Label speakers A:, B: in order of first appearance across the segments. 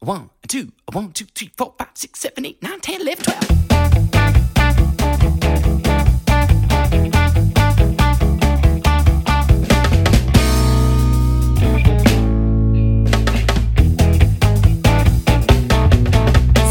A: one, two, one, two, three, four, five, six, seven, eight, nine, ten, eleven, twelve.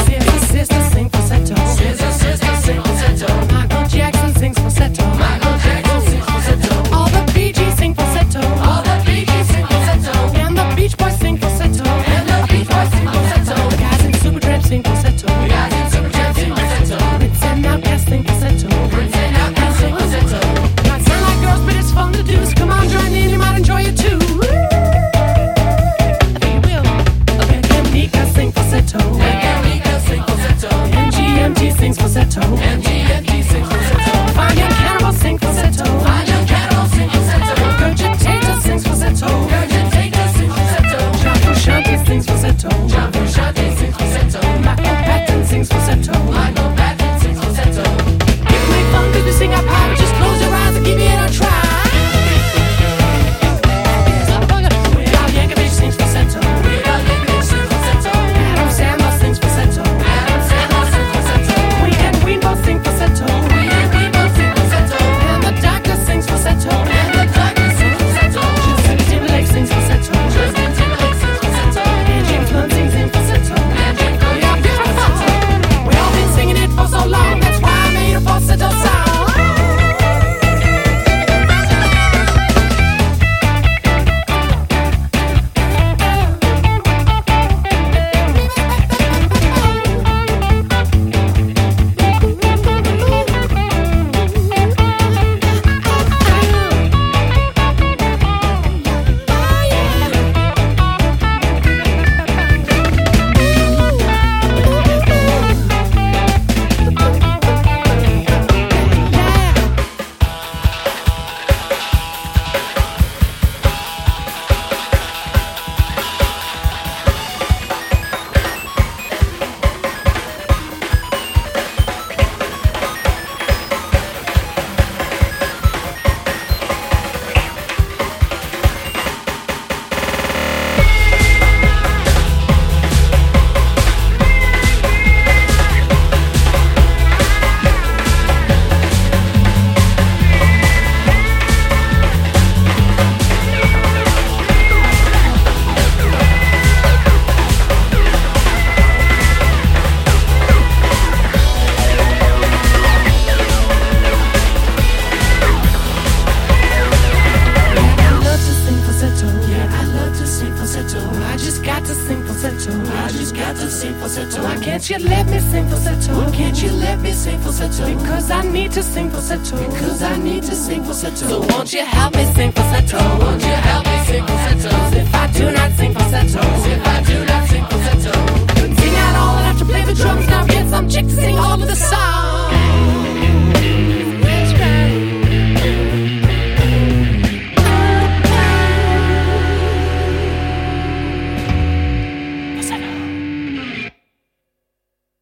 B: Sister, sister, sing falsetto. Sister, sister, sing falsetto. Michael Jackson sings falsetto. Michael Jackson sings falsetto. All the Bee Gees sing falsetto. All the Bee Gees sing falsetto. And the Beach Boys sing falsetto. And the Beach Boys sing falsetto. The guys in Supertramp sing falsetto. The guys in Supertramp sing falsetto. Ritz and Outcast sing falsetto. Ritz and Outcast sing falsetto. Not sound like girls, but it's fun to do. So come on, join in, you might enjoy it too. I think you will. Beck and Mika sing falsetto. Beck and Mika sing falsetto. MGMT sings falsetto. MGMT sings falsetto. Fine Young Cannibal sing falsetto. Fine Young Cannibal sing falsetto. Gurgitator sings falsetto. Gurgitator sings falsetto. John Frusciante sings falsetto. John Frusciante sings falsetto. Michael Patton sings falsetto. Michael Patton sings falsetto. It might fun to sing up high, but just close your eyes and give it a try. Weird Al Yankovic sings falsetto. Adam Sandler sings falsetto. We and Queen both sing falsetto. And the Doctor sings falsetto. Justin Timberlake sings falsetto. And James Blunt sings in falsetto. We are beautiful. We all been singing it for so long. That's why I made a falsetto song. I love to sing falsetto. Yeah, I love to sing falsetto. I just got to sing falsetto. I just got to sing falsetto. Why can't you let me sing falsetto? Why can't you let me sing falsetto? Because I need to sing falsetto. Because I need to sing falsetto. So won't you help me sing falsetto? Won't you help me sing falsetto? 'Cause if I do not sing falsetto, 'cause if I do not sing falsetto.